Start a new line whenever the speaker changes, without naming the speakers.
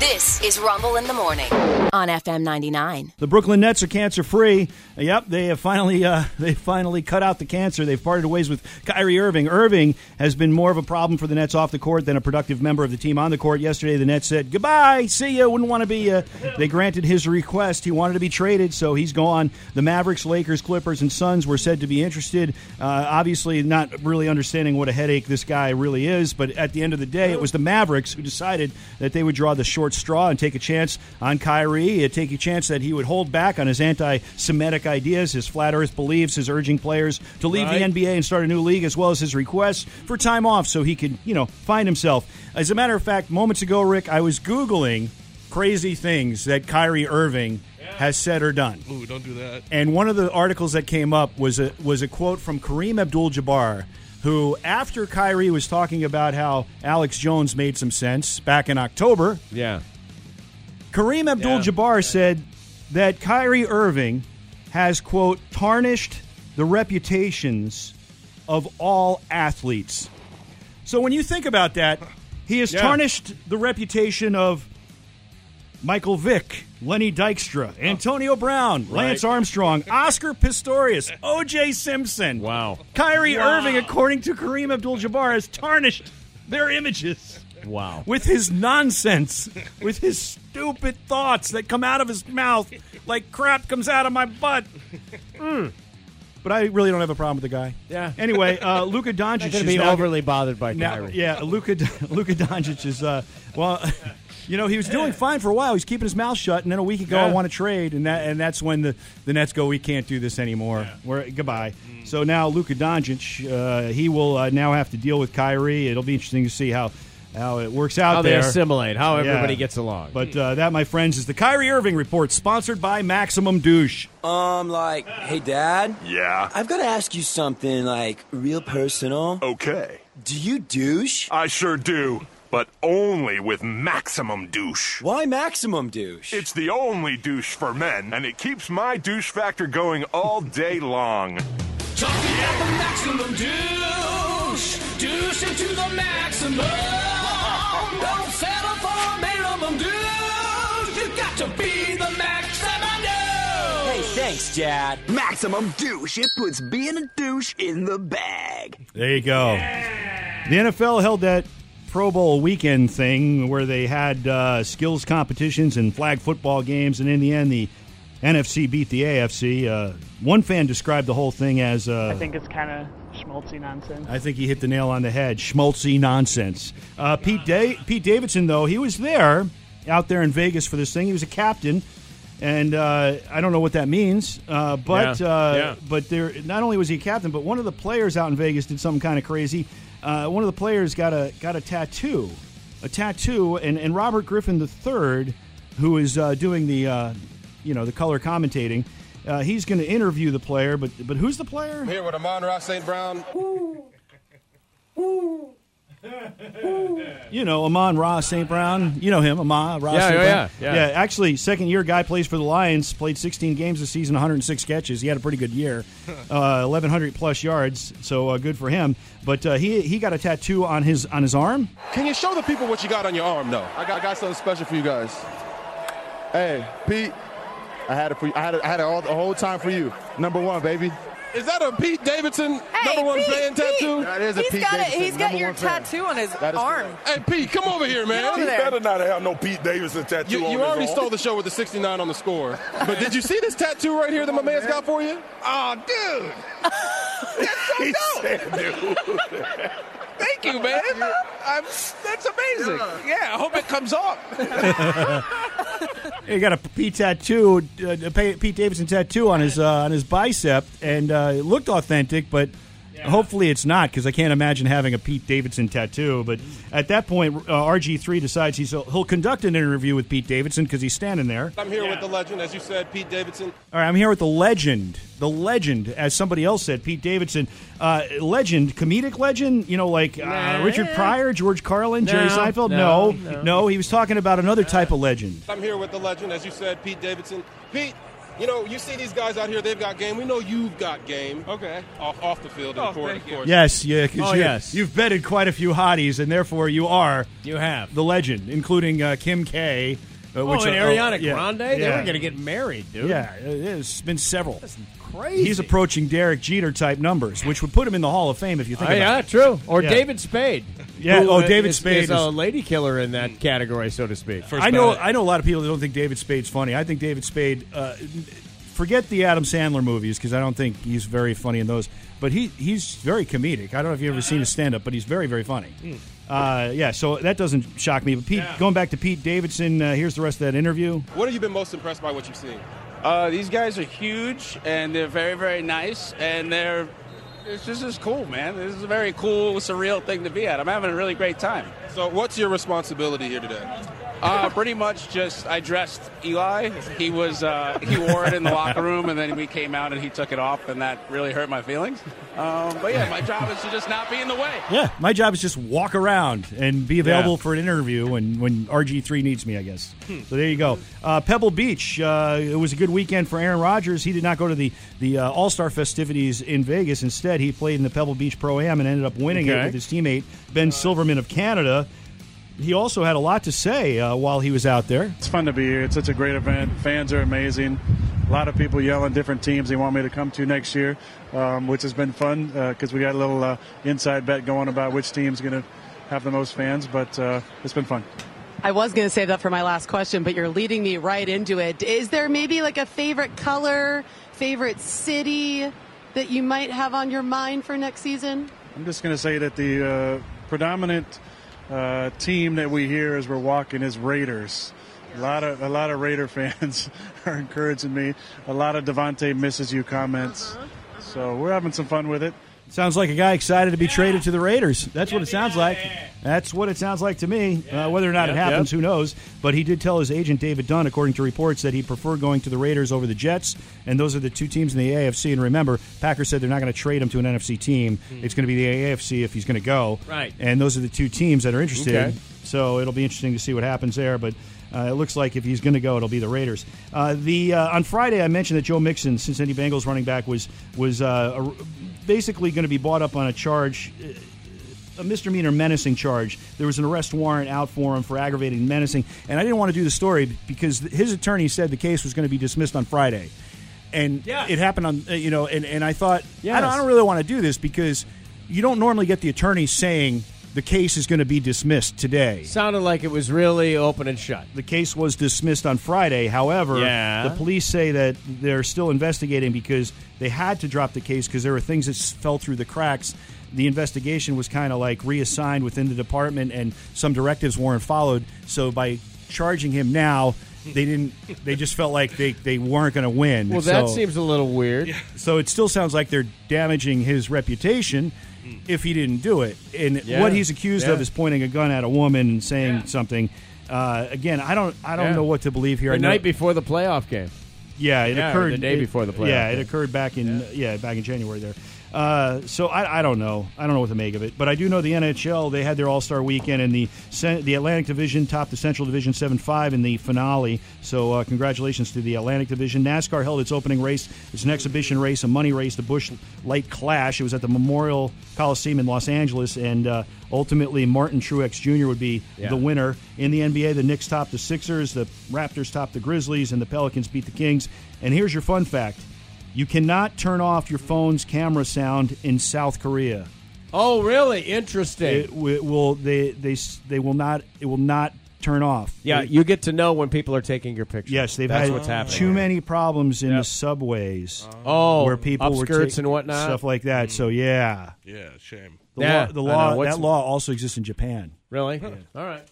This is Rumble in the Morning on FM 99.
The Brooklyn Nets are cancer free. Yep, they have finally uh, they finally cut out the cancer. They've parted ways with Kyrie Irving. Irving has been more of a problem for the Nets off the court than a productive member of the team on the court. Yesterday, the Nets said goodbye, see ya. Wouldn't want to be. Uh, they granted his request. He wanted to be traded, so he's gone. The Mavericks, Lakers, Clippers, and Suns were said to be interested. Uh, obviously, not really understanding what a headache this guy really is. But at the end of the day, it was the Mavericks who decided that they would draw the short straw and take a chance on Kyrie, and take a chance that he would hold back on his anti-Semitic ideas, his flat Earth beliefs, his urging players to leave
Right.
the NBA and start a new league, as well as his requests for time off so he could, you know, find himself. As a matter of fact, moments ago, Rick, I was googling crazy things that Kyrie Irving has said or done.
Ooh, don't do that.
And one of the articles that came up was a was a quote from Kareem Abdul-Jabbar, who after Kyrie was talking about how Alex Jones made some sense back in October,
Yeah.
Kareem Abdul-Jabbar said that Kyrie Irving has quote tarnished the reputations of all athletes. So when you think about that, he has
Yeah.
tarnished the reputation of Michael Vick, Lenny Dykstra, Antonio Brown, Lance
Oh. Right.
Armstrong, Oscar Pistorius, O.J. Simpson.
Wow.
Kyrie Irving, according to Kareem Abdul-Jabbar, has tarnished their images
Wow.
with his nonsense, with his stupid thoughts that come out of his mouth like crap comes out of my butt. Mm. But I really don't have a problem with the guy.
Yeah.
Anyway, uh, Luka Doncic
Going to
is
be
now-
overly bothered by
now,
Kyrie.
yeah, Luka Luka Doncic is uh, well. You know, he was doing fine for a while. He's keeping his mouth shut, and then a week ago, I
Yeah.
want to trade, and that and that's when the, the Nets go, we can't do this anymore. We're goodbye. So now Luka Doncic, uh, he will uh, now have to deal with Kyrie. It'll be interesting to see how how it works out
How they
there.
assimilate, how
Yeah.
everybody gets along.
But uh, that, my friends, is the Kyrie Irving report, sponsored by Maximum Douche.
Um, like, hey, Dad?
Yeah,
I've got to ask you something, like, real personal.
okay.
Do you douche?
I sure do, but only with maximum douche.
Why maximum douche?
It's the only douche for men, and it keeps my douche factor going all day long.
Talking at the maximum douche, douching to the maximum. Don't settle for a minimum douche. You got to be the maximum douche.
hey, thanks, Dad.
Maximum douche. It puts being a douche in the bag.
There you go. The NFL held that Pro Bowl weekend thing where they had uh, skills competitions and flag football games, and in the end, the NFC beat the AFC. Uh, one fan described the whole thing as uh,
I think it's kind of schmaltzy nonsense.
I think he hit the nail on the head. Schmaltzy nonsense. Uh, Pete, da- Pete Davidson, though, he was there out there in Vegas for this thing. He was a captain, and uh, I don't know what that means. Uh, but
Yeah,
Uh,
yeah.
but there, not only was he a captain, but one of the players out in Vegas did something kind of crazy. Uh, one of the players got a got a tattoo, a tattoo, and, and Robert Griffin III, who is uh, doing the uh, you know the color commentating. Uh, he's going to interview the player, but but who's the player?
Here with Amon Ross St. Brown.
You know, Amon Ross St. Brown. You know him, Amon Ross
Yeah,
St.
yeah,
Brown.
yeah, yeah.
actually, second year guy plays for the Lions, played 16 games this season, 106 catches. He had a pretty good year, uh, 1,100 plus yards, so uh, good for him. But uh, he he got a tattoo on his on his arm.
Can you show the people what you got on your arm, though? I got, I got something special for you guys. Hey, Pete, I had it for you. I had it, I had it all the whole time for you. Number one, baby. Is that a Pete Davidson number one fan tattoo? That is a Pete Davidson. He's got your tattoo on his arm. Hey, Pete, come over here, man.
He better not have no Pete Davidson tattoo
You,
on
you
his
already
arm.
stole the show with the 69 on the score. But did you see this tattoo right here that my man's got for you?
Oh, dude. He said, dude.
Thank you, man. I'm, that's amazing. Yeah, I hope it comes off.
He got a Pete tattoo, uh, a Pa- Pete Davidson tattoo on his uh, on his bicep, and uh, it looked authentic, but. Hopefully it's not because I can't imagine having a Pete Davidson tattoo. But at that point, uh, RG3 decides he's, he'll conduct an interview with Pete Davidson because he's standing there.
I'm here with the legend, as you said, Pete Davidson.
All right, I'm here with the legend, the legend, as somebody else said, Pete Davidson, uh, legend, comedic legend. You know, like uh, Richard Pryor, George Carlin, Jerry
No,
Seinfeld.
no,
No no,
no.
he was talking about another type of legend.
I'm here with the legend, as you said, Pete Davidson. Pete, you know, you see these guys out here, they've got game. We know you've got game.
Okay.
Off, off the field and
Oh,
the court,
thank
of
you.
course.
Yes, yeah, 'cause
Oh,
you,
yes.
you've betted quite a few hotties, and therefore you are
you have.
the legend, including uh, Kim K Uh,
oh, and Ariana
yeah,
Grande?
Yeah,
They were going to get married, dude.
yeah, it's been several.
That's crazy.
He's approaching Derek Jeter type numbers, which would put him in the Hall of Fame if you think
Oh,
about
yeah,
it.
true. Or
Yeah.
David Spade.
Yeah,
who,
oh,
uh,
David
is,
Spade is-
is a lady killer in that category, so to speak.
I know. I know a lot of people that don't think David Spade's funny. I think David Spade. Uh, forget the Adam Sandler movies because I don't think he's very funny in those. But he he's very comedic. I don't know if you've ever seen his stand up, but he's very very funny. Uh, yeah, so that doesn't shock me. But Pete, going back to Pete Davidson, uh, here's the rest of that interview.
What have you been most impressed by what you've seen?
Uh, these guys are huge and they're very, very nice and they're. It's just is cool, man. This is a very cool, surreal thing to be at. I'm having a really great time.
So, what's your responsibility here today?
Uh, pretty much just I dressed Eli. He was uh, he wore it in the locker room, and then we came out and he took it off, and that really hurt my feelings. Um, but yeah, my job is to just not be in the way.
Yeah, my job is just walk around and be available
Yeah.
for an interview when, when RG3 needs me, I guess.
Hmm.
So there you go. Uh, Pebble Beach, uh, it was a good weekend for Aaron Rodgers. He did not go to the, the uh, All Star festivities in Vegas. Instead, he played in the Pebble Beach Pro Am and ended up winning it
Okay.
with his teammate, Ben Silverman of Canada. He also had a lot to say uh, while he was out there.
It's fun to be here. It's such a great event. Fans are amazing. A lot of people yelling different teams they want me to come to next year, um, which has been fun because we got a little uh, inside bet going about which team's going to have the most fans. But uh, it's been fun.
I was going to save that for my last question, but you're leading me right into it. Is there maybe like a favorite color, favorite city that you might have on your mind for next season?
I'm just going to say that the uh, predominant uh, team that we hear as we're walking is Raiders. A lot of a lot of Raider fans are encouraging me. A lot of Devontae misses you comments. So we're having some fun with it.
Sounds like a guy excited to be traded to the Raiders. That's what it sounds like. That's what it sounds like to me. Uh, whether or not it happens, who knows? But he did tell his agent David Dunn, according to reports, that he preferred going to the Raiders over the Jets, and those are the two teams in the AFC. And remember, Packers said they're not going to trade him to an NFC team. It's going to be the AFC if he's going to go.
Right.
And those are the two teams that are interested.
Okay.
So it'll be interesting to see what happens there. But uh, it looks like if he's going to go, it'll be the Raiders. Uh, the uh, on Friday, I mentioned that Joe Mixon, Cincinnati Bengals running back, was was uh, a- basically going to be bought up on a charge. uh, A misdemeanor menacing charge. There was an arrest warrant out for him for aggravated menacing, and I didn't want to do the story because his attorney said the case was going to be dismissed on Friday, and
Yeah.
it happened on uh, you know, and, and I thought I, don't, I
Yes.
don't really want to do this because you don't normally get the attorney saying the case is going to be dismissed today.
Sounded like it was really open and shut.
The case was dismissed on Friday. However,
Yeah.
the police say that they're still investigating because they had to drop the case because there were things that s- fell through the cracks. The investigation was kind of like reassigned within the department, and some directives weren't followed. So by charging him now, they didn't. They just felt like they, they weren't going to win.
Well, that
So-
seems a little weird.
so it still sounds like they're damaging his reputation if he didn't do it. And
Yeah.
what he's accused of
Yeah.
is pointing a gun at a woman and saying something. Uh, again, I don't, I don't
Yeah.
know what to believe here.
The
I know-
night before the playoff game.
yeah, it
Yeah, or
occurred
the day
it-
before the playoff
Yeah, it
game.
occurred back in yeah. back in January there. Uh, so I, I don't know. I don't know what to make of it, but I do know the NHL. They had their All Star Weekend, and the Cen- the Atlantic Division topped the Central Division seven five in the finale. So uh, congratulations to the Atlantic Division. NASCAR held its opening race. It's an exhibition race, a money race, the Bush Light Clash. It was at the Memorial Coliseum in Los Angeles, and uh, ultimately Martin Truex Jr. would be
Yeah.
the winner winner. In the NBA, the Knicks topped the Sixers, the Raptors topped the Grizzlies, and the Pelicans beat the Kings. And here's your fun fact you cannot turn off your phone's camera sound in South Korea.
Oh, really? Interesting.
It wi- will they they s- they will not it will not turn off.
yeah,
They-
you get to know when people are taking your picture.
yes, they've
That's
had
what's happening.
too many problems in
Yep.
the subways
Oh,
where people were
upskirts
taking-
and whatnot. Hmm.
stuff like that. So yeah,
Yeah, shame.
the
Yeah,
law, the
I know.
law
What's-
that law also exists in Japan.
Really? All right.